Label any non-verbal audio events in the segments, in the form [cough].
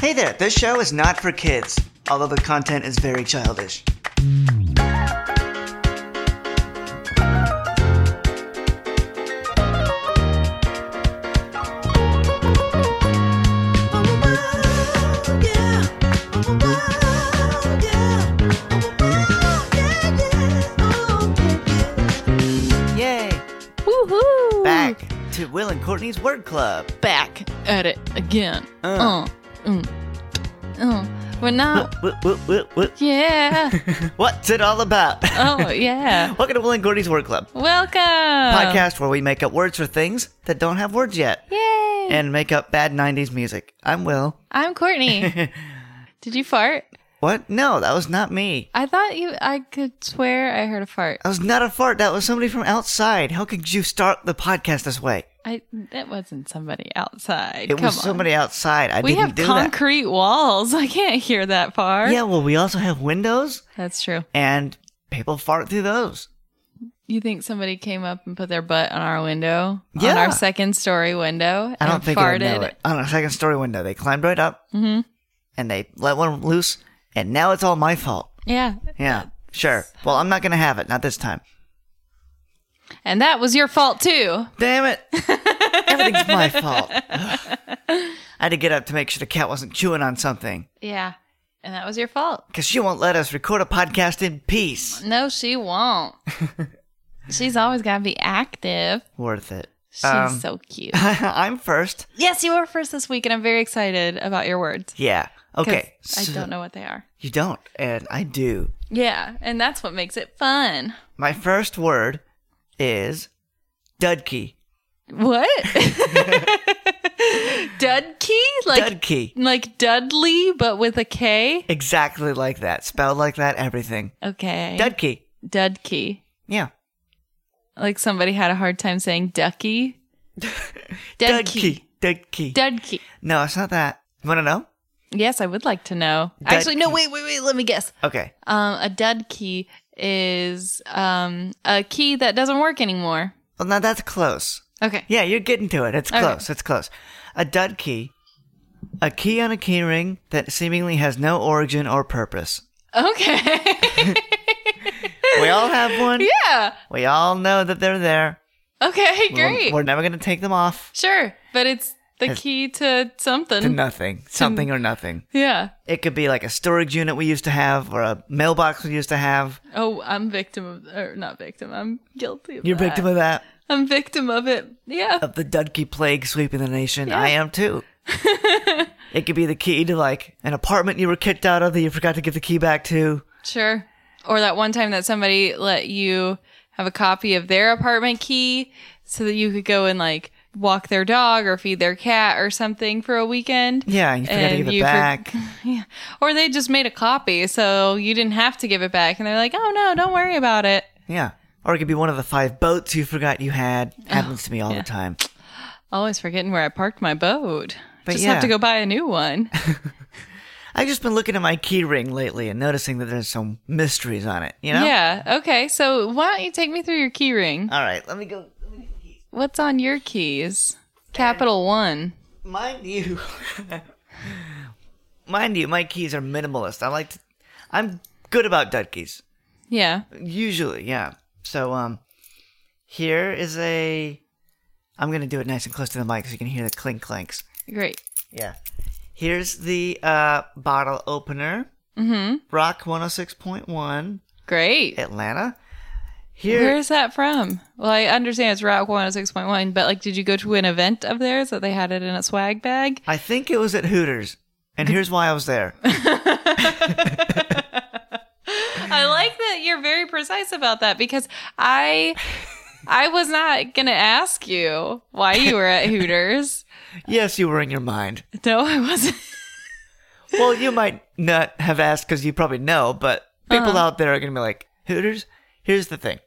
Hey there, this show is not for kids, although the content is very childish. Yay! Woohoo! Back to Will and Courtney's Word Club. back at it again. Uh. Uh, mm, uh. [laughs] We're not. Wh- wh- wh- wh- yeah. What's it all about? [laughs] Oh yeah. Welcome to Will and Courtney's Word Club, Welcome. Oh. podcast where we make up words for things that don't have words yet Yay. and make up bad 90s music. I'm [laughs] Will. I'm [laughs] Courtney. Did you fart? What? No, that was not me. I thought you. I could swear I heard a fart. That was not a fart. That was somebody from outside. How could you start the podcast this way? I. That wasn't somebody outside. It Come was on. somebody outside. I We didn't have do concrete walls. [laughs] I can't hear that far. that. Yeah, well, we also have windows That's true. and people fart through those. You think somebody came up and put their butt on our window? Yeah. On our second story window? I don't and think I farted? Mm-hmm. know it. On a second story window, they climbed right up and they let one loose, and now it's all my fault. Yeah. Yeah, sure. Well, I'm not going to have it. Not this time. And that was your fault too. Damn it. [laughs] Everything's [laughs] my fault. Ugh. I had to get up to make sure the cat wasn't chewing on something Yeah. And that was your fault. because she won't let us record a podcast in peace. No, she [laughs] won't. She's always got to be active. Worth it. [laughs] She's Um, so cute. I'm first. Yes, you were first this week, and I'm very excited about your words. Yeah. 'Cause Okay. I so- don't know what they are. You don't, and I do. Yeah. And that's what makes it fun. My first word is dudkey. What? [laughs] [laughs] Dudkey? Like, dudkey. like Dudley, but with a K? Exactly like that. Spelled like that, everything. Okay. Dudkey. Dudkey. Yeah. Like somebody had a hard time [laughs] saying ducky. Dudkey. Dudkey. Dudkey. no, it's not that. You want to know? Yes, I would like to know. Dud Actually, no, key. wait, wait, wait. Let me guess. Okay. Um, a dud key is um, a key that doesn't work anymore. Well, now that's close. Okay. Yeah, you're getting to it. It's Okay. close. It's close. A dud key, a key on a key ring that seemingly has no origin or purpose. [laughs] Okay. We all have one. [laughs] yeah. We all know that they're there. Okay, We're- great. We're, never going to take them off sure. But it's the It's- key to to something. nothing, something or nothing. Yeah. It could be like a storage unit we used to have or a mailbox we used to have. Oh, I'm victim of, or not victim. I'm guilty of You're that. victim of that, I'm victim of it. Yeah. of the Dudkey plague sweeping the nation. I am [laughs] too. it could be the key to like an apartment you were kicked out of that you forgot to give the key back to. Sure. Or that one time that somebody let you have a copy of their apartment key so that you could go and like walk their dog or feed their cat or something for a weekend. [laughs] Yeah, you forgot to And give it you for- back. yeah. Or they just made a copy so you didn't have to give it back and they're like, "Oh no, don't worry about it." Yeah. Or it could be one of the five boats you forgot you had. Happens to me all the time. Always forgetting where I parked my boat. But just yeah. have to go buy a new [laughs] one. I've just been looking at my key ring lately and noticing that there's some mysteries on it, you know? Yeah. Okay. So why don't you take me through your key ring? All right, let me go. What's on your keys? Capital one. Mind you, [laughs] mind you, my keys are minimalist. I like to, I'm good about dud keys. Yeah. Usually, yeah. So, um, here is a, I'm going to do it nice and close to the mic so you can hear the clink clanks. Great. Yeah. Here's the, uh, bottle opener. Mm-hmm. Rock 106.1. Great. Atlanta. Here, Where's that from? Well, I understand it's Route 106.1, but like, did you go to an event of theirs that they had it in a swag bag? I think it was at Hooters, and here's why I was there. I like that you're very precise about that because I, I was not gonna ask you why you were at Hooters. [laughs] yes, you were in your mind. No, I wasn't. Well, you might not have asked because you probably know, but people out there are gonna be like, Hooters. Here's the thing,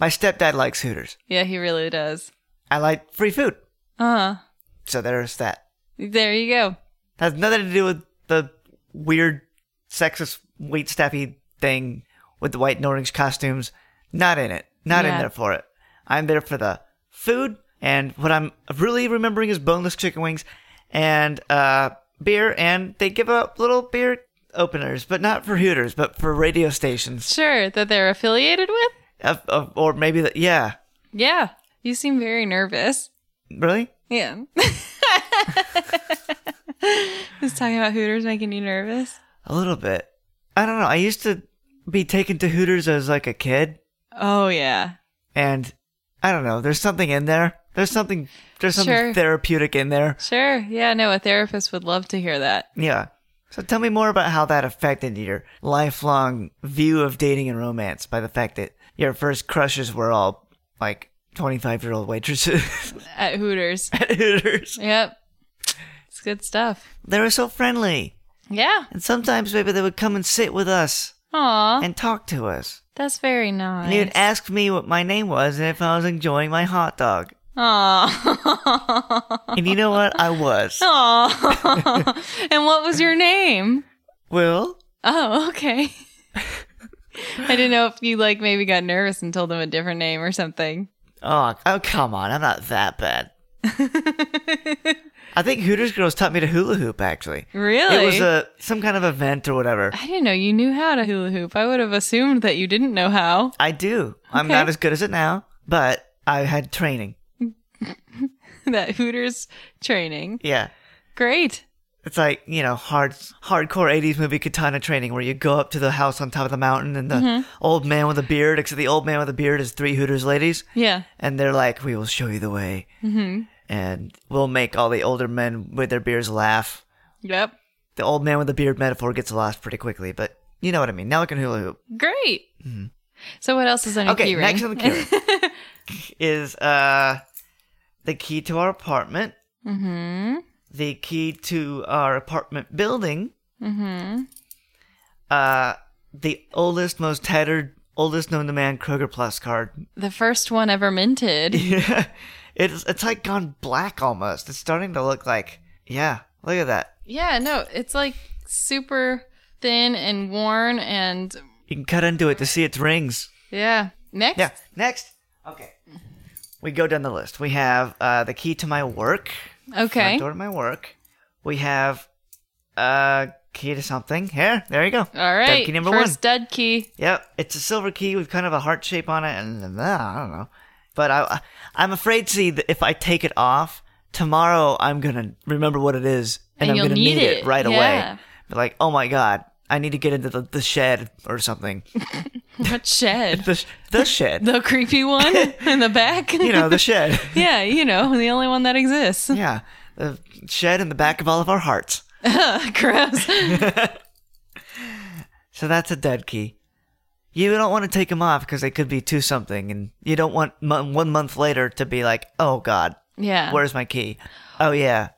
my stepdad likes Hooters. Yeah, he really does. I like free food, Uh huh. so there's that. There you go. Has nothing to do with the weird, sexist, wait staffy thing with the white and orange costumes. Not in it. Not in Yeah. there for it. I'm there for the food, and what I'm really remembering is boneless chicken wings and uh, beer and they give out little beer openers, but not for Hooters, but for radio stations. Sure, that they're affiliated with? Of, of, or maybe that, yeah. Yeah. You seem very nervous. Really? Yeah. [laughs] Is talking about Hooters making you nervous? A little bit. I don't know. I used to be taken to Hooters as like a kid, Oh, yeah. and I don't know. There's something in there. There's something. There's something Sure. therapeutic in there. Sure. Yeah, no, a therapist would love to hear that. Yeah. So tell me more about how that affected your lifelong view of dating and romance by the fact that your first crushes were all like 25 year old waitresses [laughs] At Hooters. at Hooters. Yep. It's good stuff. They were so friendly. Yeah. And sometimes maybe they would come and sit with us Aw. and talk to us. That's very nice. And he would ask me what my name was and if I was enjoying my hot dog. Aw. [laughs] And you know what? I was. Aw. and what was your name? Will? Oh, okay. I didn't know if you like maybe got nervous and told them a different name or something. Oh, oh, come on. I'm not that bad. I think Hooters Girls taught me to hula hoop, actually. really? It was a some kind of event or whatever. I didn't know you knew how to hula hoop. I would have assumed that you didn't know how. [laughs] I do. I'm Okay. not as good as it now, but I had training. that Hooters training. Yeah. Great. It's like, you know, hard hardcore 80s movie katana training where you go up to the house on top of the mountain and the Mm-hmm. old man with a beard, except the old man with a beard is three Hooters ladies. Yeah. And they're like, we will show you the way. Mm-hmm. And we'll make all the older men with their beards laugh. Yep. The old man with the beard metaphor gets lost pretty quickly, but you know what I mean. Now I can hula hoop. Great. So what else is on your Mm-hmm. Okay, key ring? next on the key ring [laughs] is uh, the key to our apartment, mm-hmm. the key to our apartment building, Mm-hmm. uh, the oldest, most tattered, oldest known to man Kroger Plus card. [laughs] The first one ever minted. it's it's like gone black almost. It's starting to look like yeah. Look at that. yeah, no, it's like super thin and worn and You can cut into it to see its rings. yeah. Next. Yeah. Next. Okay. We go down the list. We have uh, the key to my work. Okay. Front door to my work. We have uh key to something. Here, there you go. All right. Key number first one. dud key. [laughs] Yep, it's a silver key with kind of a heart shape on it, and uh, I don't know. But I, I- I'm afraid, see, that if I take it off tomorrow, I'm gonna remember what it is, and, And I'm you'll gonna need need it, it, right yeah. away. But like, oh my god, I need to get into the, the shed or [laughs] something. [laughs] What shed? The sh- the shed, the [laughs] creepy one in the back. you know, the shed. [laughs] yeah, you know, the only one that [laughs] exists. [laughs] Yeah, the shed in the back of all of our hearts. Gross. So that's a dead key. You don't want to take them off because they could be to something, and you don't want mon- one month later to be like, oh god, Yeah. where's my key? Oh yeah.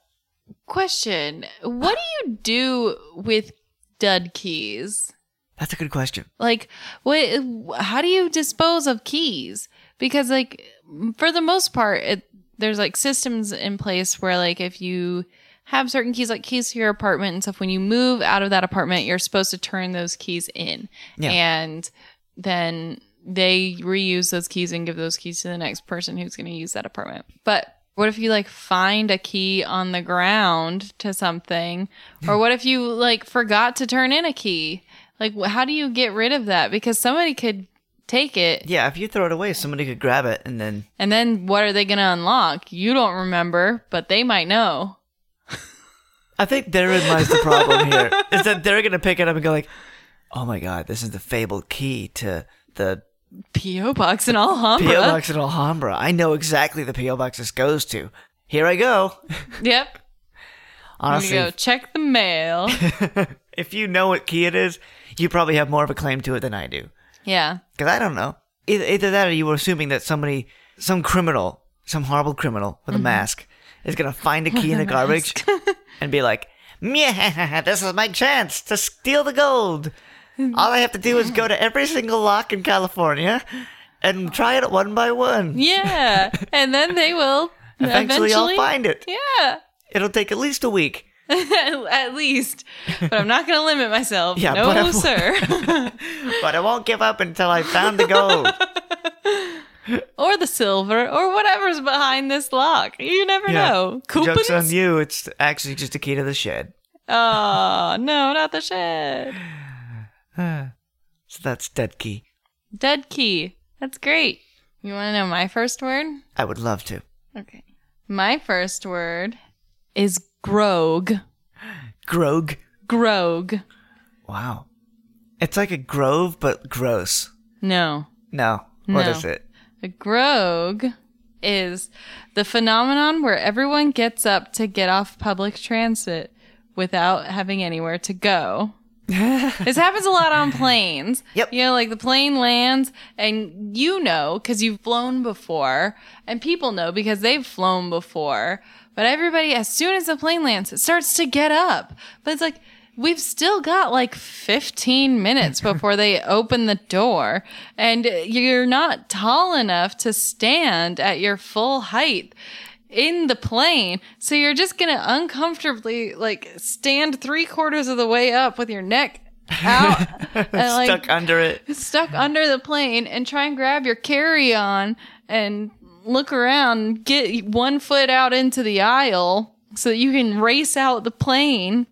Question: What do you do with dud keys? That's a good question. Like, what? How do you dispose of keys? Because, like, for the most part, it, there's like systems in place where, like, if you have certain keys, like keys to your apartment and stuff, when you move out of that apartment, you're supposed to turn those keys in, Yeah. and then they reuse those keys and give those keys to the next person who's going to use that apartment. But what if you like find a key on the ground to something? Or what if you like forgot to turn in a key? Like, wh- how do you get rid of that? Because somebody could take it, Yeah, if you throw it away, somebody could grab it and then and then what are they going to unlock? You don't remember, but they might know. I think therein lies the problem here. Is that they're gonna pick it up and go like, Oh my god, this is the fabled key to the P.O. Box in Alhambra. P.O. box in Alhambra. I know exactly the P.O. box this goes to. Here I go. Yep. I'm going Honestly, to go check [laughs] the mail. if you know what key it is, you probably have more of a claim to it than I do. yeah. Because I don't know. Either, either that or you were assuming that somebody, some criminal, some horrible criminal Mm-hmm. with a mask is going to find a key [laughs] in the garbage and be like, yeah, [laughs] this is my chance to steal the gold. All I have to do is go to every single lock in California and try it one by one. Yeah. and then they will Eventually, eventually. I'll find it. yeah. It'll take at least a week. [laughs] At least. But I'm not going to limit myself. Yeah, but I no, won't. [laughs] sir. But I won't give up until I found the gold. or the silver or whatever's behind this lock. You never know. Joke's [laughs] Coupons? on you. It's actually just a key to the shed. Oh, no, not the shed. So that's dead key. Dead key. That's great. You want to know my first word? I would love to. Okay. My first word is grog. Grog. Grog. Wow. It's like a grove, but gross. No. No. What No. is it? A grog is the phenomenon where everyone gets up to get off public transit without having anywhere to go. [laughs] this happens a lot on planes. Yep. You know, like the plane lands and you know because you've flown before and people know because they've flown before. But everybody, as soon as the plane lands, it starts to get up. But it's like, we've still got like 15 minutes before they open the door and you're not tall enough to stand at your full height in the plane. So you're just going to uncomfortably like stand three quarters of the way up with [laughs] your neck out and like Stuck under it. stuck under the plane and try and grab your carry-on and look around get one foot out into the aisle so that you can race out [laughs] the plane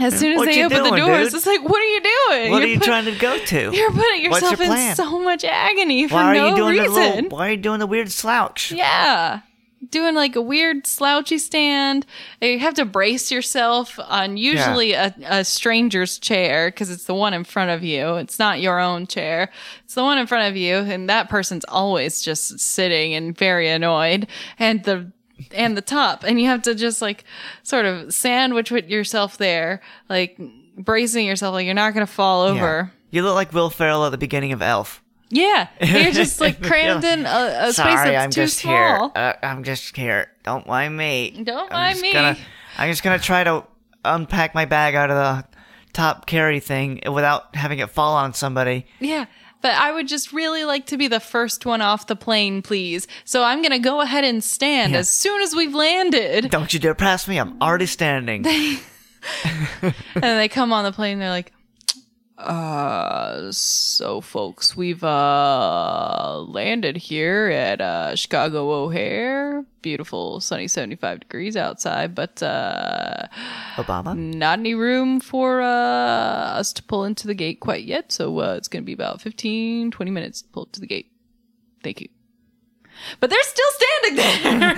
as soon as What they you open the doing, doors dude? it's like what are you doing What you're are you put- trying to go to? you're putting What's your yourself in plan? so much agony for Why are no you doing the reason little, Why are you doing the weird slouch? yeah. Doing like a weird slouchy stand. You have to brace yourself on usually a, a stranger's chair because it's the one in front of you. It's not your own chair. It's the one in front of you. And that person's always just sitting and very annoyed. And the, and the top. And you have to just like sort of sandwich with yourself there, like bracing yourself, like you're not going to fall Yeah. over. You look like Will Ferrell at the beginning of Elf. Yeah. You're [laughs] just like crammed in a, a space Sorry, that's I'm too just here. small. Uh, I'm just here. Don't mind me. Don't I'm mind just me. Gonna, I'm just gonna try to unpack my bag out of the top carry thing without having it fall on somebody. Yeah. But I would just really like to be the first one off the plane, please. So I'm going to go ahead and stand Yeah. as soon as [laughs] we've landed. Don't you dare pass me. I'm already standing. and they come on the plane they're like, uh, so folks, we've, uh, landed here at, uh, Chicago O'Hare. Beautiful sunny 75 degrees outside, but, uh, Obama. not any room for uh, us to pull into the gate quite yet so uh, it's going to be about 15 20 minutes to pull up to the gate thank you but they're still standing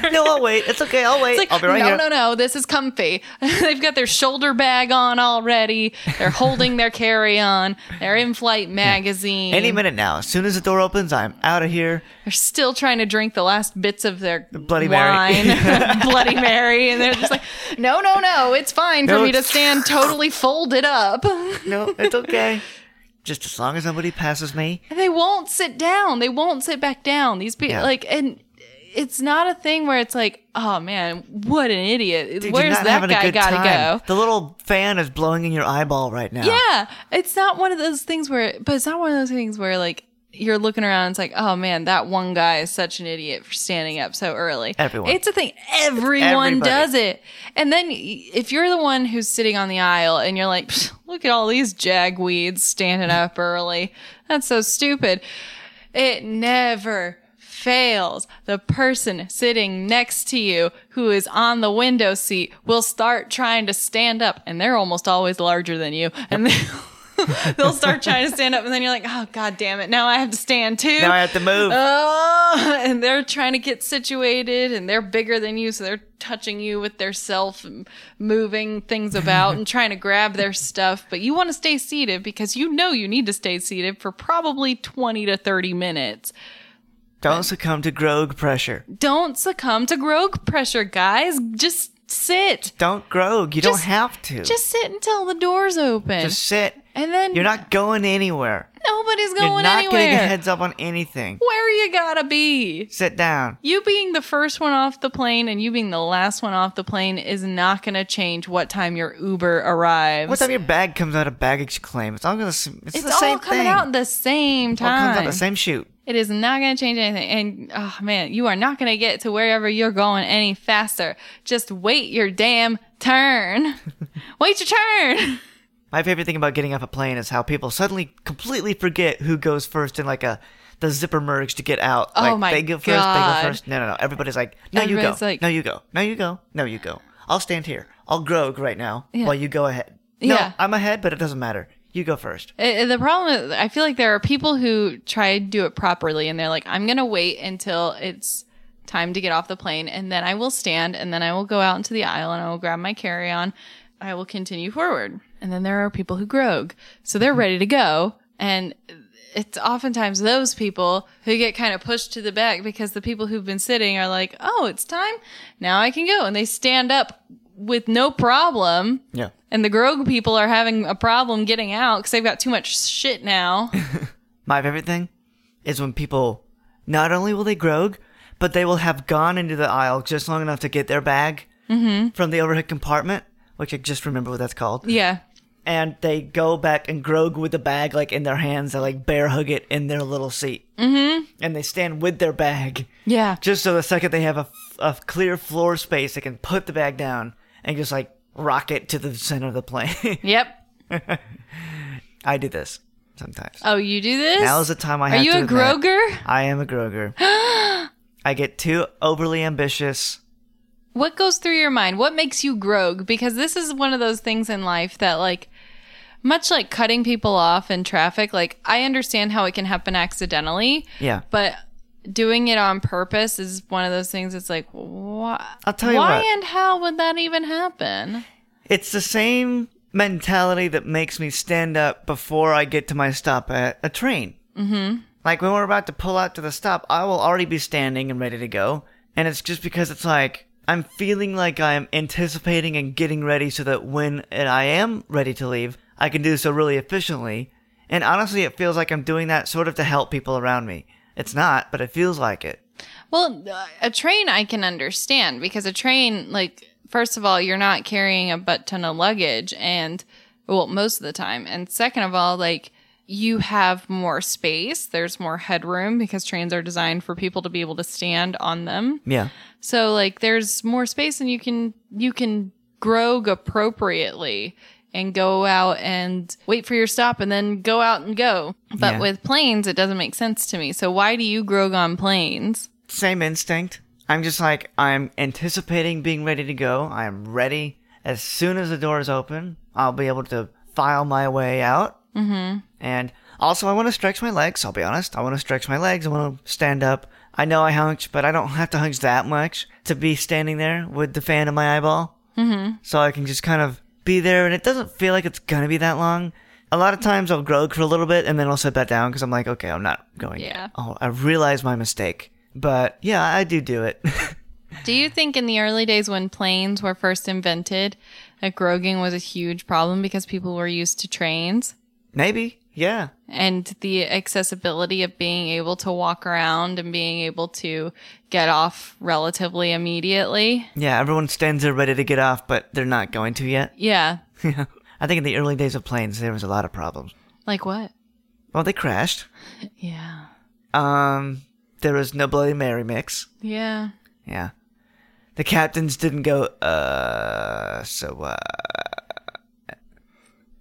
there [laughs] [laughs] No, I'll wait. It's okay. I'll wait. It's like, I'll be right no, here. no, no, this is comfy. [laughs] They've got their shoulder bag on already. They're holding their carry on, their in flight magazine. Any minute now. As soon as the door opens, I'm out of here. They're still trying to drink the last bits of their Bloody wine, [laughs] Mary. [laughs] Bloody Mary, and they're just like, no, no, no, it's fine for No, me to it's- stand totally folded up. No, it's okay. [laughs] just as long as nobody passes me. And they won't sit down. They won't sit back down. These people, Yeah. like, and it's not a thing where it's like, oh man, what an idiot. Dude, you're Where's not that having a guy good gotta time. Oh. go? The little fan is blowing in your eyeball right now. Yeah, it's not one of those things where, but it's not one of those things where like you're looking around. And it's like, oh man, that one guy is such an idiot for standing up so early. Everyone. it's a thing. Everyone everybody. does it. And then y- if you're the one who's sitting on the aisle and you're like, "Psh, look at all these jagweeds standing up early. That's so stupid. It never fails. The person sitting next to you who is on the window seat will start trying to stand up, and they're almost always larger than you. And [laughs] they'll, they'll start trying to stand up, and then you're like, oh, god damn it. Now I have to stand too. Now I have to move. Oh, [laughs] and they're trying to get situated, and they're bigger than you, so they're touching you with their self, and moving things about, [laughs] and trying to grab their stuff. But you want to stay seated because you know you need to stay seated for probably 20 to 30 minutes. Don't succumb to grog pressure. Don't succumb to grog pressure, guys. Just sit. Don't grog. You Just- don't have to. Just sit until the doors open. Just sit. and then You're not going anywhere. nobody's going You're not anywhere. getting a heads up on anything. Where you gotta be. Sit down. you being the first one off the plane and you being the last one off the plane is not going to change what time your Uber arrives. What time your bag comes out of baggage claim? It's all gonna. It's, it's the same all coming thing. out the same all comes out time. the same chute. It is not going to change anything. And oh man, you are not going to get to wherever you're going any faster. Just wait your damn turn. [laughs] wait your turn. My favorite thing about getting off a plane is how people suddenly completely forget who goes first in like a the zipper merge to get out. Oh like my they go first, they God. go first. No no no. Everybody's like, No you go. Everybody's like- no you go. No you go. No you go. I'll stand here. I'll grogue right now Yeah. while you go ahead. Yeah. No, I'm ahead, but it doesn't matter. You go first. Uh, The problem is, I feel like there are people who try to do it properly and they're like, I'm going to wait until it's time to get off the plane and then I will stand and then I will go out into the aisle and I will grab my carry on. I will continue forward. And then there are people who grog. So they're ready to go. And it's oftentimes those people who get kind of pushed to the back because the people who've been sitting are like, oh, it's time. Now I can go. And they stand up with no problem Yeah. and the Grog people are having a problem getting out because they've got too much shit now. My favorite thing is when people not only will they grogue, but they will have gone into the aisle just long enough to get their bag Mm-hmm. from the overhead compartment, which I just remember what that's called. yeah. And they go back and grogue with the bag like in their hands. They like bear hug it in their little seat. Mm-hmm. And they stand with their bag Yeah. just so the second they have a, a clear floor space, they can put the bag down and just like rock it to the center of the plane. [laughs] Yep. I do this sometimes. Oh, you do this? Now is the time I Are have you to a admit- Groger? I am a [gasps] Groger. I get too overly ambitious. What goes through your mind? What makes you grog? Because this is one of those things in life that, like, much like cutting people off in traffic, like, I understand how it can happen accidentally, Yeah. but doing it on purpose is one of those things that's like, why? I'll tell you why what. and how would that even happen? It's the same mentality that makes me stand up before I get to my stop at a train. Mm-hmm. Like when we're about to pull out to the stop, I will already be standing and ready to go. And it's just because it's like I'm feeling like I'm anticipating and getting ready so that when I am ready to leave, I can do so really efficiently. And honestly, it feels like I'm doing that sort of to help people around me. It's not, but it feels like it. Well, uh, a train I can understand because a train, like, first of all, you're not carrying a butt ton of luggage, and well, most of the time. And second of all, like, you have more space, there's more headroom because trains are designed for people to be able to stand on them. Yeah. So like there's more space and you can you can grog appropriately and go out and wait for your stop and then go out and go. But Yeah. with planes it doesn't make sense to me. So why do you grog on planes? same instinct. I'm just like I'm anticipating being ready to go. I'm ready as soon as the door is open. I'll be able to file my way out. Mm-hmm. And also, I want to stretch my legs. I'll be honest. I want to stretch my legs. I want to stand up. I know I hunch, but I don't have to hunch that much to be standing there with the fan in my eyeball. Mm-hmm. So I can just kind of be there, and it doesn't feel like it's gonna be that long. A lot of times I'll grog for a little bit, and then I'll sit back down because I'm like, okay, I'm not going. yet. Yeah. Oh, I realized my mistake. But yeah, I do do it. [laughs] Do you think in the early days when planes were first invented that grogging was a huge problem because people were used to trains? Maybe. Yeah. and the accessibility of being able to walk around and being able to get off relatively immediately. Yeah, everyone stands there ready to get off, but they're not going to yet. [laughs] Yeah. I think in the early days of planes, there was a lot of problems. Like what? Well, they crashed. Yeah. Um, there was no Bloody Mary mix. Yeah. Yeah. The captains didn't go, uh, so, uh,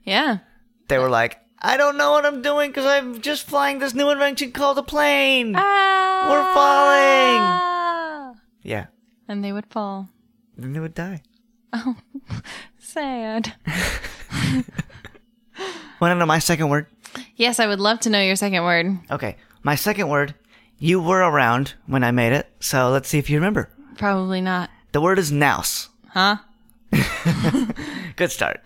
Yeah. they were like, I don't know what I'm doing because I'm just flying this new invention called a plane. We're falling. Ah! Yeah. And they would fall. Then they would die. Sad. Want to know my second word? Yes, I would love to know your second word. Okay. My second word, you were around when I made it, so let's see if you remember. Probably not. The word is nouse. Huh? Good start.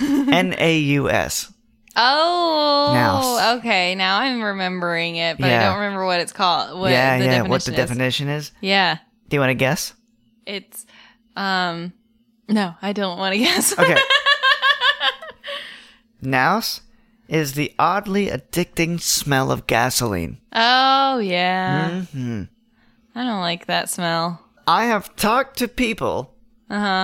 N A U S. Oh, Now- okay. Now I'm remembering it, but I Yeah. don't remember what it's called. What Yeah, the yeah. Definition What the is. definition is? Yeah. Do you want to guess? It's um no, I don't want to [laughs] guess. [laughs] Okay. Nouse is the oddly addicting smell of gasoline. oh yeah. Mm-hmm. I don't like that smell. I have talked to people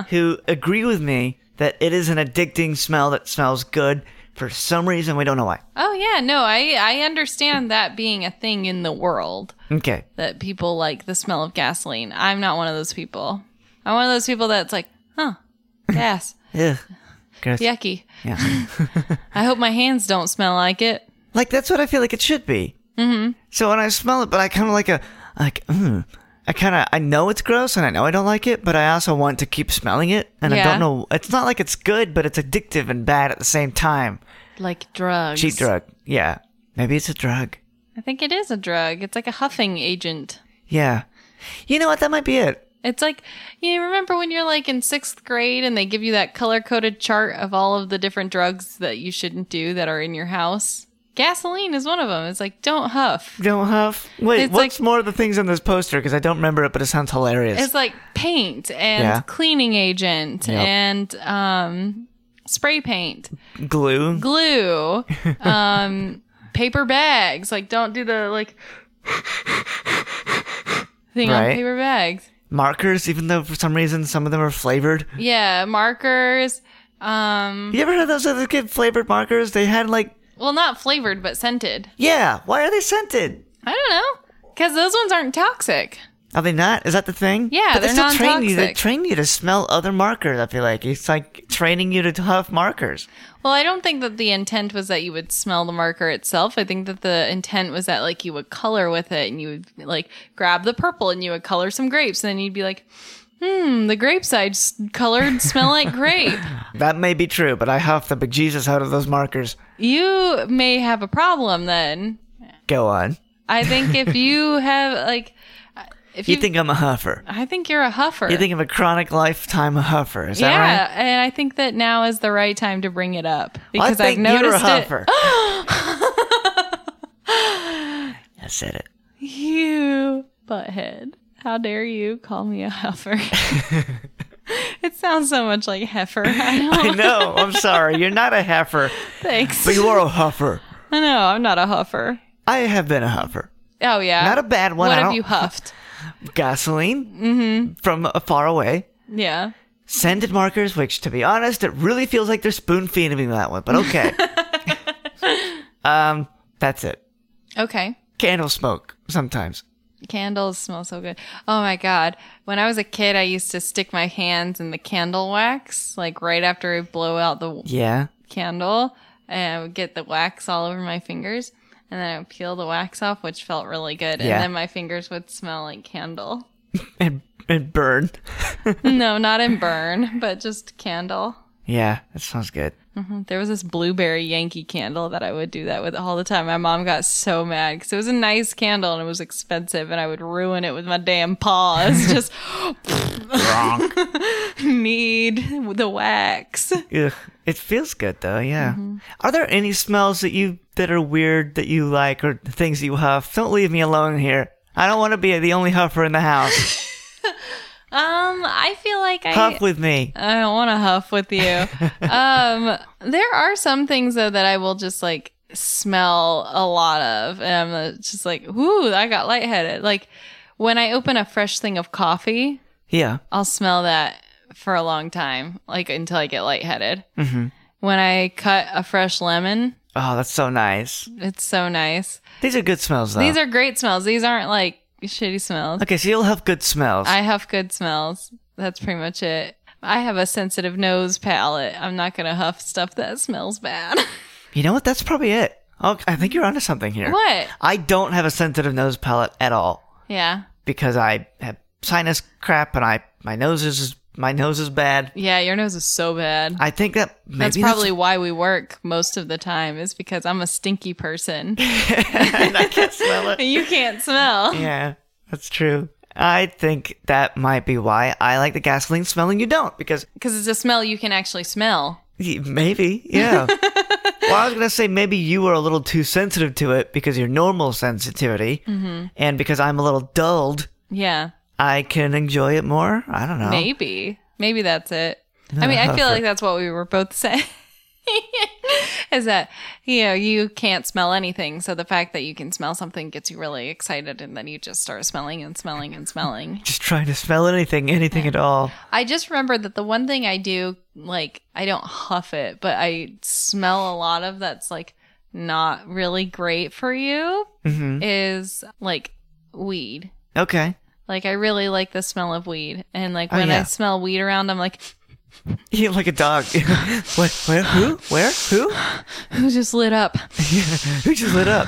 who agree with me that it is an addicting smell that smells good for some reason. We don't know why. Oh yeah, no, I I understand that being a thing in the world Okay. that people like the smell of gasoline. I'm not one of those people. I'm one of those people that's like, huh, gas, Ugh. Gross. yucky. [laughs] yeah. I hope my hands don't smell like it. Like that's what I feel like it should be. Mm-hmm. So when I smell it, but I kind of like a like, mm, I I kind of I know it's gross and I know I don't like it, but I also want to keep smelling it, and I Yeah. don't know. It's not like it's good, but it's addictive and bad at the same time. Like drugs. Cheap drug, yeah. Maybe it's a drug, I think it is a drug. It's like a huffing agent. yeah. You know what? That might be it. It's like you remember when you're like in sixth grade and they give you that color coded chart of all of the different drugs that you shouldn't do that are in your house. Gasoline is one of them. It's like don't huff. Don't huff. Wait, It's what's like- more of the things on this poster? Because I don't remember it, but it sounds hilarious. It's like paint and Yeah. cleaning agent Yep. and um, spray paint, Glue. [laughs] glue, um, paper bags. Like don't do the like thing on Right. paper bags. markers, even though for some reason some of them are flavored. Yeah, markers. Um, You ever heard of those other kid flavored markers? They had like, well, not flavored, but scented. yeah, why are they scented? I don't know. Because those ones aren't toxic. Are they not? Is that the thing? Yeah, but they they're still train you. They non-toxic. train you to smell other markers. I feel like it's like training you to huff markers. Well, I don't think that the intent was that you would smell the marker itself. I think that the intent was that like you would color with it and you would like grab the purple and you would color some grapes and then you'd be like, hmm, the grapes I s- colored smell like grape. That may be true, but I huff the bejesus out of those markers. You may have a problem then. Go on. I think if you have like, if you, You think I'm a huffer? I think you're a huffer. You think I'm a chronic lifetime huffer? Is that yeah, right? and I think that now is the right time to bring it up Well, because I I've think you're a noticed it. [gasps] huffer. I said it. [laughs] You butthead. How dare you call me a [laughs] heifer? it sounds so much like heifer. I [laughs] don't I know. I'm sorry. You're not a heifer, [laughs] thanks. but you are a huffer. I know, I'm not a huffer. I have been a huffer. Oh yeah. Not a bad one. What I have don't- you huffed? gasoline from uh, far away. Yeah. Scented markers, which to be honest, it really feels like they're spoon feeding me that one, but okay. um, that's it. Okay. Candle smoke sometimes. Candles smell so good. Oh my god. When I was a kid I used to stick my hands in the candle wax, like right after I blow out the Yeah. candle and I would get the wax all over my fingers and then I would peel the wax off, which felt really good. Yeah. And then my fingers would smell like candle. [laughs] And and burn. no, not in burn, but just candle. Yeah, that sounds good. There was this blueberry Yankee candle that I would do that with all the time. My mom got so mad because it was a nice candle and it was expensive, and I would ruin it with my damn paws. [laughs] Just [laughs] need the wax. Ugh. It feels good though, yeah. Are there any smells that you that are weird that you like or things that you huff? Don't leave me alone here. I don't want to be the only huffer in the house. Um, I feel like I Huff with me. I don't want to huff with you. um, there are some things though that I will just like smell a lot of, and I'm uh, just like, "Ooh, I got lightheaded." Like when I open a fresh thing of coffee, Yeah. I'll smell that for a long time, like until I get lightheaded. Mm-hmm. When I cut a fresh lemon, Oh, that's so nice. it's so nice. These are good smells though. These are great smells. These aren't like shitty smells. Okay, so you'll have good smells. I have good smells. That's pretty much it. I have a sensitive nose palate. I'm not gonna huff stuff that smells bad. [laughs] you know what? That's probably it. Oh, I think you're onto something here. Mm. what? I don't have a sensitive nose palate at all Yeah, because I have sinus crap and I my nose is my nose is bad. yeah. Your nose is so bad. I think that maybe that's probably why we work most of the time is because I'm a stinky person. and [laughs] [laughs] I can't smell it. you can't smell. Yeah, that's true. I think that might be why I like the gasoline smell and you don't because Because it's a smell you can actually smell. y- maybe [laughs] yeah. well, I was gonna say maybe you were a little too sensitive to it because your normal sensitivity, Mm-hmm. and because I'm a little dulled. Yeah, I can enjoy it more. I don't know. maybe. Maybe that's it. I [laughs] mean, I feel like that's what we were both [laughs] saying. is that, you know, you can't smell anything. So the fact that you can smell something gets you really excited. And then you just start smelling and smelling and smelling. Just trying to smell anything, anything at all. I just remembered that the one thing I do, like, I don't huff it, but I smell a lot of that's like not really great for you hmm is like weed. Okay. [laughs] Like I really like the smell of weed, and like Oh, when yeah. I smell weed around, I'm like, You like a dog. [laughs] what? Where? Who? Where? Who? who just lit up? Who just [laughs] lit up?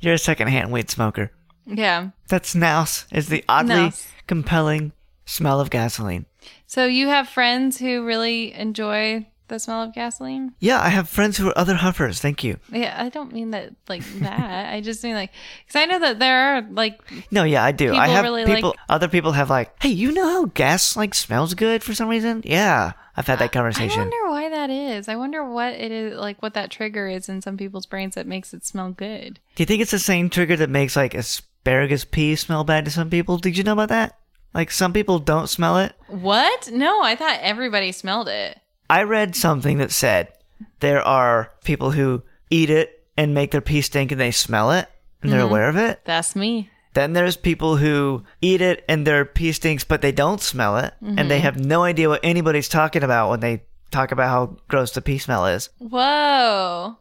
You're a secondhand weed smoker. Yeah. That snouse is the oddly Snouse. compelling smell of gasoline. So you have friends who really enjoy the smell of gasoline? Yeah, I have friends who are other huffers. Thank you. Yeah, I don't mean that like [laughs] that. I just mean like because I know that there are like No, yeah, I do. I People have really like- people. other people have like, hey, you know how gas like smells good for some reason? Yeah, I've had that I conversation. wonder why that is. I wonder what it is like what that trigger is in some people's brains that makes it smell good. Do you think it's the same trigger that makes like asparagus peas smell bad to some people? Did you know about that? Like some people don't smell it. What? No, I thought everybody smelled it. I read something that said there are people who eat it and make their pee stink and they smell it and they're aware of it. That's me. Then there's people who eat it and their pee stinks but they don't smell it and they have no idea what anybody's talking about when they talk about how gross the pee smell is. Whoa.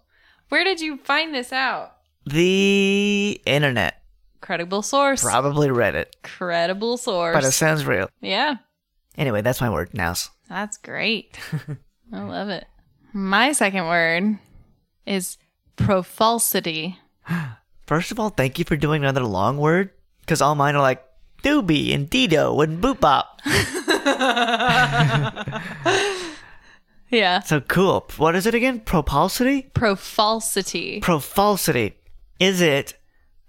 Where did you find this out? The internet. Credible source. Probably Reddit. Credible source. But it sounds real. yeah. Anyway, that's my word, Nouse. That's [laughs] great. I love it. My second word is profulsity. First of all, thank you for doing another long word, because all mine are like doobie and dido and boop bop. Yeah. So cool. What is it again? Propulsity? Profulsity. Profulsity. Is it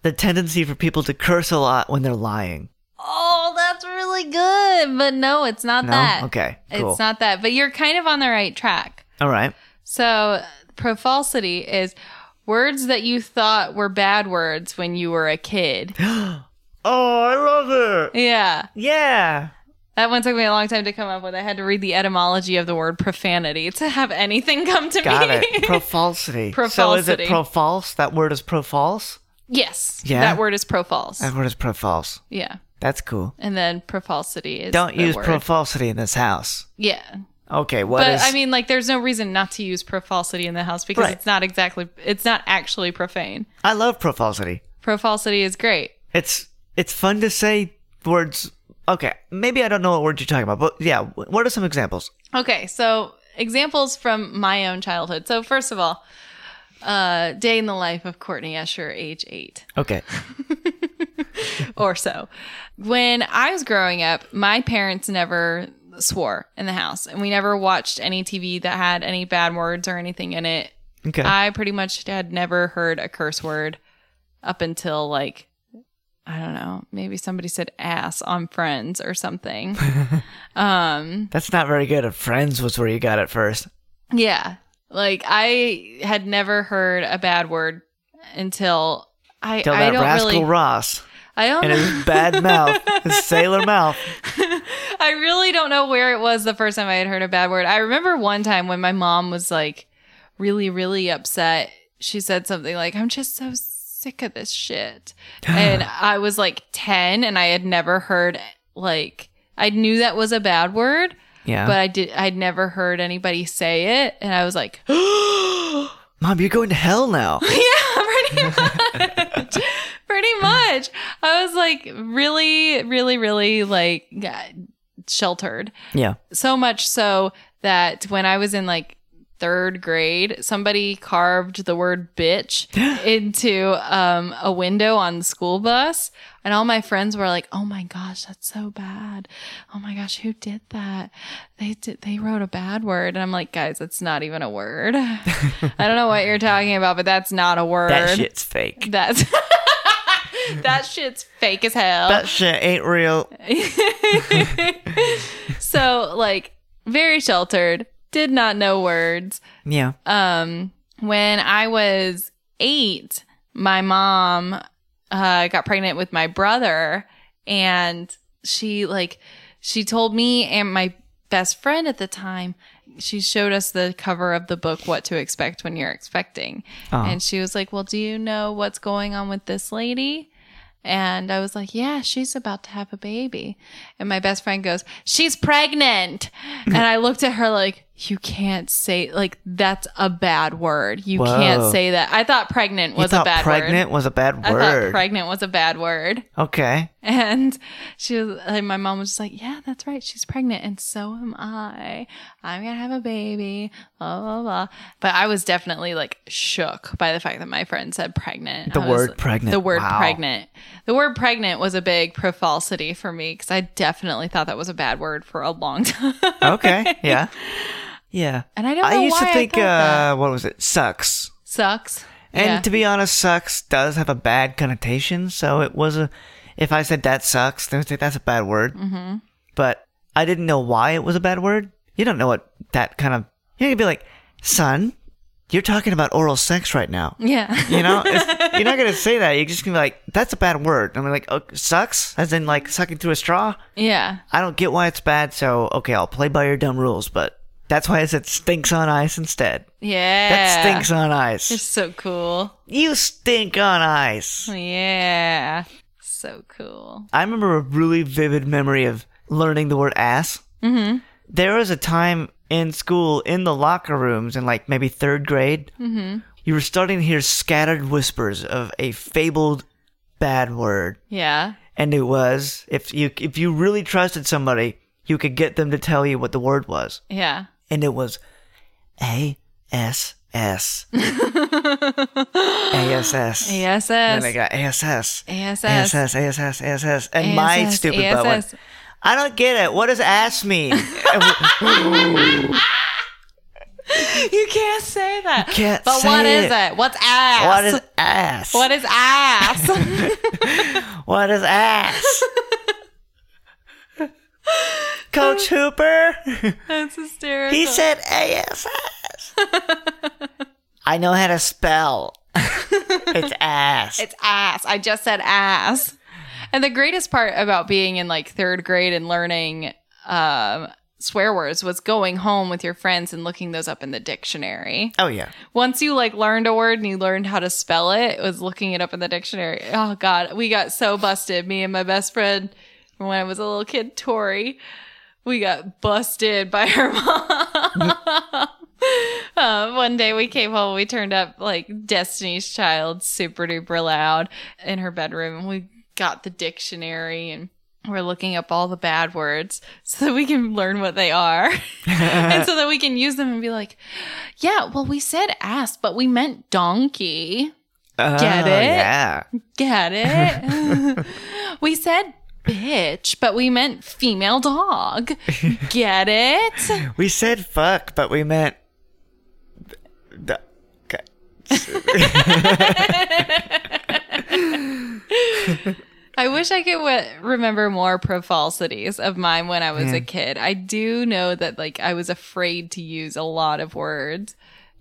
the tendency for people to curse a lot when they're lying? Oh, that's really good. But no, it's not No? that. Okay, cool. It's not that. But you're kind of on the right track. All right. So, profulsity is words that you thought were bad words when you were a [gasps] kid. Oh, I love it. yeah. Yeah. That one took me a long time to come up with. I had to read the etymology of the word profanity to have anything come to Got me. [laughs] it. Profulsity. So is it Profulsity. profalse? That word is profalse? yes. Yeah? That word is profalse. That word is profalse. yeah. That's cool. And then profalsity is Don't the use word. profulsity in this house. Yeah. Okay, What is? But I mean, like, there's no reason not to use profalsity in the house because Right. it's not exactly, it's not actually profane. I love profulsity. Profalsity is great. It's it's fun to say words. Okay, maybe I don't know what word you're talking about, but yeah, what are some examples? Okay, so examples from my own childhood. So first of all, uh, day in the life of Courtney Escher, age eight Okay, or so. When I was growing up, my parents never swore in the house, and we never watched any TV that had any bad words or anything in it. okay, I pretty much had never heard a curse word up until like I don't know, maybe somebody said ass on Friends [laughs] or something. um that's not very good. If friends was where you got it first. yeah. Like I had never heard a bad word until I Till I that don't rascal really Ross I don't and know, his bad mouth, [laughs] his sailor mouth. I really don't know where it was the first time I had heard a bad word. I remember one time when my mom was like really really upset. She said something like I'm just so sick of this shit. and I was like 10 and I had never heard like I knew that was a bad word, Yeah, but I did I'd never heard anybody say it and I was like, [laughs] "Yeah, [gasps] mom, you're going to hell now. pretty much." pretty much. I was like really really really like yeah, sheltered. yeah, So much so that when I was in like third grade, somebody carved the word bitch into um, a window on the school bus. And all my friends were like, oh my gosh, that's so bad. Oh my gosh, who did that? They did, they wrote a bad word. And I'm like, guys, that's not even a word. I don't know what you're talking about, but that's not a word. that shit's fake. That's. [laughs] that shit's fake as hell. That shit ain't real. [laughs] so like very sheltered did not know words Yeah, um when i was eight my mom uh got pregnant with my brother and she like she told me and my best friend at the time she showed us the cover of the book what to expect when you're expecting Uh-huh. and she was like well do you know what's going on with this lady and I was like, yeah, she's about [laughs] to have a baby. And my best friend goes, she's pregnant. and I looked at her like, you can't say like that's a bad word. You Whoa. can't say that. I thought pregnant was you a thought bad pregnant word. was a bad I thought word. pregnant was a bad word. [laughs] okay. And she was like, my mom was just like, yeah, that's right. She's pregnant. And so am I. I'm going to have a baby, blah, blah, blah. But I was definitely like shook by the fact that my friend said pregnant. The I was- word pregnant. The word Wow. pregnant. The word pregnant was a big profalsity for me because I definitely thought that was a bad word for a long [laughs] time. [laughs] Okay. yeah. Yeah. And I don't know used why to I think thought that. uh what was it? Sucks. Sucks. And yeah. to be honest, sucks does have a bad connotation, so it was a if I said that sucks, they would say that's a bad word. Mm-hmm. But I didn't know why it was a bad word. You don't know what that kind of you could be like, son, you're talking about oral sex right now. yeah. [laughs] You know, it's, you're not gonna say that. You're just gonna be like, "That's a bad word." And I'm like, oh, "Sucks," as in like sucking through a straw. yeah. I don't get why it's bad. So okay, I'll play by your dumb rules, but that's why I said stinks on ice instead. Yeah. That stinks on ice. It's so cool. You stink on ice. Yeah. So cool. I remember a really vivid memory of learning the word ass. Mm-hmm. There was a time in school, in the locker rooms, in like maybe third grade, mm-hmm. you were starting to hear scattered whispers of a fabled bad word. Yeah. And it was, if you, if you really trusted somebody, you could get them to tell you what the word was. Yeah. And it was A S [laughs] S. A S S. ASS. And then I got ASS. ASS. ASS, ASS, ASS, and my ASS. stupid butt went, ASS. I don't get it. What does ass mean? [laughs] And we- You can't say that. can't but say what is it. it? What's ass? what is ass? what is ass? [laughs] what is [laughs] ass? Coach [laughs] Hooper, That's hysterical. he said ASS. I know how to [laughs] spell. it's ass. It's ass. I just said ass. And the greatest part about being in like third grade and learning um, swear words was going home with your friends and looking those up in the dictionary. oh, yeah. Once you like learned a word and you learned how to spell it, it was looking it up in the dictionary. Oh God, we got so busted. Me and my best friend from when I was a little kid, Tori, we got busted by her [laughs] mom. Uh, one day we came home, we turned up like Destiny's Child super duper loud in her bedroom, and we got the dictionary and we're looking up all the bad words so that we can learn what they are [laughs] and so that we can use them and be like, yeah, well, we said ass, but we meant donkey. Get Oh, it? Yeah. Get it? we said bitch, but we meant female dog. Get it? We said fuck, but we meant. The, okay. I wish I could w- remember more profalsities of mine when I was a kid. I do know that like I was afraid to use a lot of words,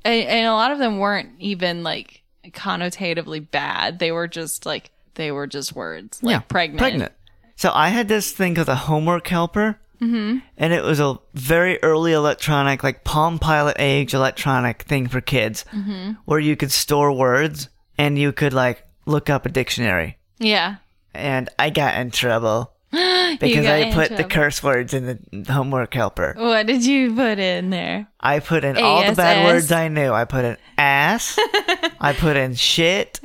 and, and a lot of them weren't even like connotatively bad. They were just like they were just words, like pregnant, So I had this thing called a homework helper, Mm-hmm. and it was a very early electronic, like Palm Pilot age electronic thing for kids, Mm-hmm. where you could store words and you could like look up a dictionary. Yeah. And I got in trouble [gasps] You because got I in put the trouble. curse words in the homework helper. What did you put in there? I put in all the bad ASS. words I knew. I put in ass. I put in [laughs] shit.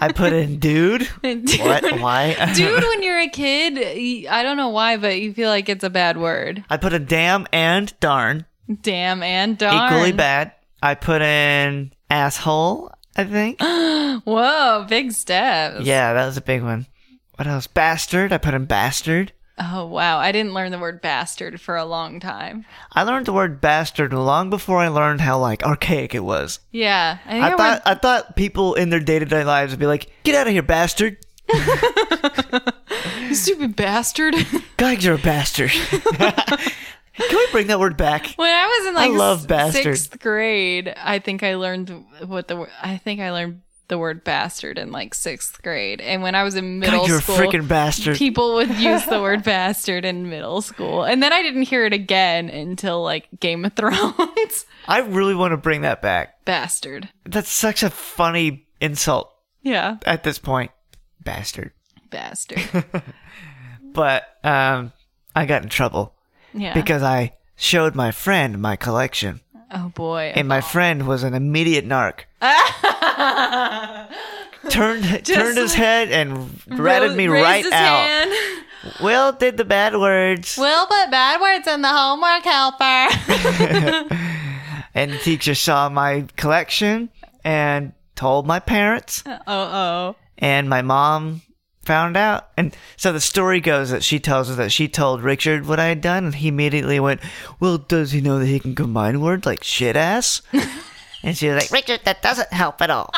I put in dude. Dude, What? Why? [laughs] dude, when you're a kid, y- I don't know why, but you feel like it's a bad word. I put in damn and darn. Damn and darn. Equally bad. I put in asshole, I [gasps] think. Whoa, big steps. yeah, that was a big one. What else? Bastard. I put in bastard. Oh wow, I didn't learn the word bastard for a long time. I learned the word bastard long before I learned how like archaic it was. Yeah, I think I I thought I thought people in their day to day lives would be like, "Get out of here, bastard! went, "You [laughs] stupid bastard. [laughs] when God, you're a [laughs] bastard." [laughs] Can we bring that word back? I was in like love s- bastard. sixth grade, I think I learned what the wor- I think I learned the word bastard in like sixth grade, and when I was in middle God, you're school, a freaking bastard. people would use the [laughs] word bastard in middle school. And then I didn't hear it again until like Game of Thrones. I really want to bring that back. bastard. That's such a funny insult Yeah, at this point, bastard. [laughs] bastard. But um, I got in trouble. Yeah. because I showed my friend my collection, Oh boy. and my friend was an immediate [laughs] narc. turned turned his head and ratted me Raised right his out. hand. [laughs] Will did the bad words, Will put bad words in the homework helper. [laughs] [laughs] and the teacher saw my collection and told my parents. oh oh. and my mom found out. And so the story goes that she tells us that she told Richard what I had done, and he immediately went, "Well, does he know that he can combine words like shit ass?" and she was like, "Richard, that doesn't help at all."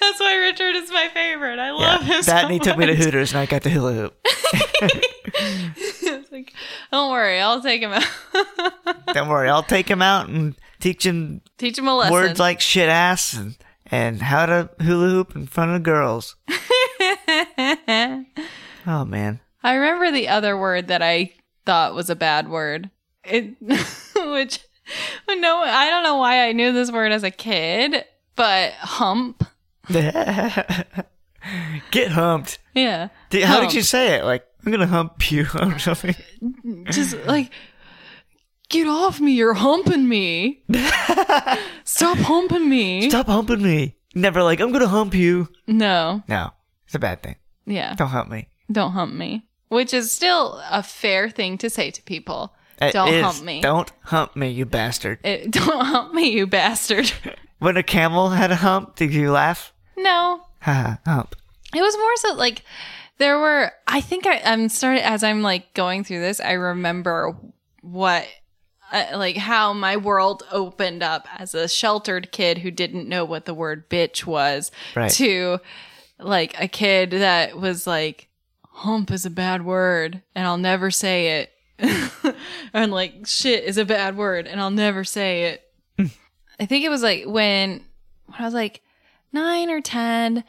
That's why Richard is my favorite. I Yeah. love him. That so and he took me to much. Hooters, and I got the hula hoop. [laughs] It's like, Don't worry, I'll take him out. [laughs] Don't worry, I'll take him out and teach him Teach him a lesson. words like shit ass and, and how to hula hoop in front of girls. [laughs] oh man. [laughs] I remember the other word that I thought was a bad word. It, [laughs] which, no, I don't know why I knew this word as a kid, but hump. Get humped. Yeah. Did, how Hump. did you say it? Like, I'm gonna hump you [laughs] or something. just like get off me you're [laughs] humping me stop humping me Stop humping me. Never like, I'm gonna hump you. no No, it's a bad thing. yeah Don't hump me. don't hump me which is still a fair thing to say to people It don't is- hump me Don't hump me, you bastard. It- [laughs] don't hump me you bastard When a camel had a hump, did you laugh? no Haha, hump. It was more so like there were. I think I, I'm starting as I'm like going through this. I remember what, uh, like how my world opened up as a sheltered kid who didn't know what the word bitch was Right. to like a kid that was like hump is a bad word and I'll never say it, [laughs] and like shit is a bad word and I'll never say it. I think it was like when when I was like nine or ten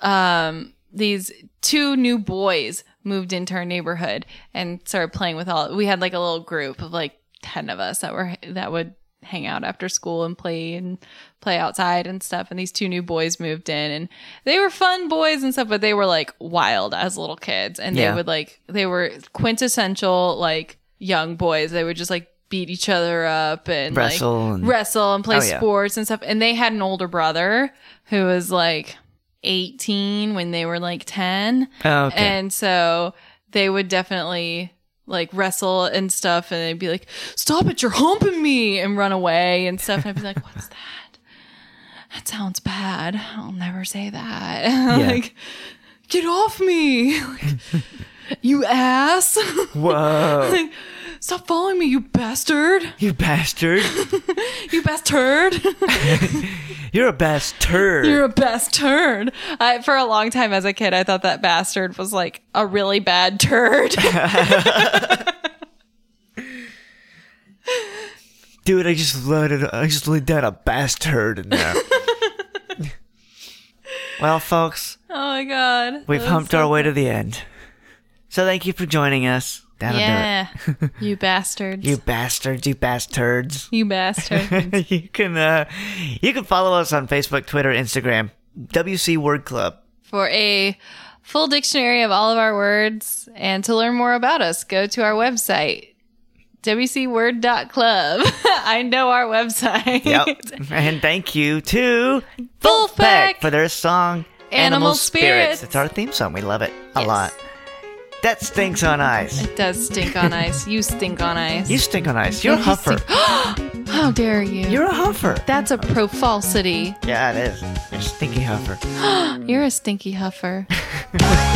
um, these two new boys moved into our neighborhood and started playing with all. We had like a little group of like ten of us that were that would hang out after school and play and play outside and stuff. And these two new boys moved in, and they were fun boys and stuff, but they were like wild as little kids, and Yeah. they would like they were quintessential like young boys. They would just like beat each other up and like, Wrestle and- wrestle and play Oh, yeah. sports and stuff. And they had an older brother who was like 18 when they were like 10. Oh, Okay. And so they would definitely like wrestle and stuff. And they'd be like, stop it, you're humping me and run away and stuff. And I'd be like, what's that? That sounds bad. I'll never say that. [laughs] like, get off me. [laughs] Like, you ass. [laughs] Whoa, like, stop following me, you bastard. you bastard. You bastard. You're a bastard. You're a bastard. I, for a long time as a kid, I thought that bastard was like a really [laughs] bad turd. [laughs] Oh Dude, I just loaded. I just laid down a bastard in [laughs] there. well, folks, oh my god. we've That was humped so- our way to the end. So thank you for joining us. That'll Yeah. do [laughs] you bastards. it. You bastards, you bastards. You bastard. [laughs] you can uh, you can follow us on Facebook, Twitter, Instagram, WC Word Club. For a full dictionary of all of our words and to learn more about us, go to our website. WCWord.club. [laughs] I know our website. Yep. [laughs] and thank you to Wolfpack. for their song Animal Spirits. It's our theme song. We love it a Yes. lot. That stinks on ice. It does stink on ice. You stink on ice. You stink on ice. [laughs] You're a huffer. [gasps] How dare you? You're a huffer. That's a profalsity. Yeah, it is. You're a stinky huffer. You're a stinky huffer.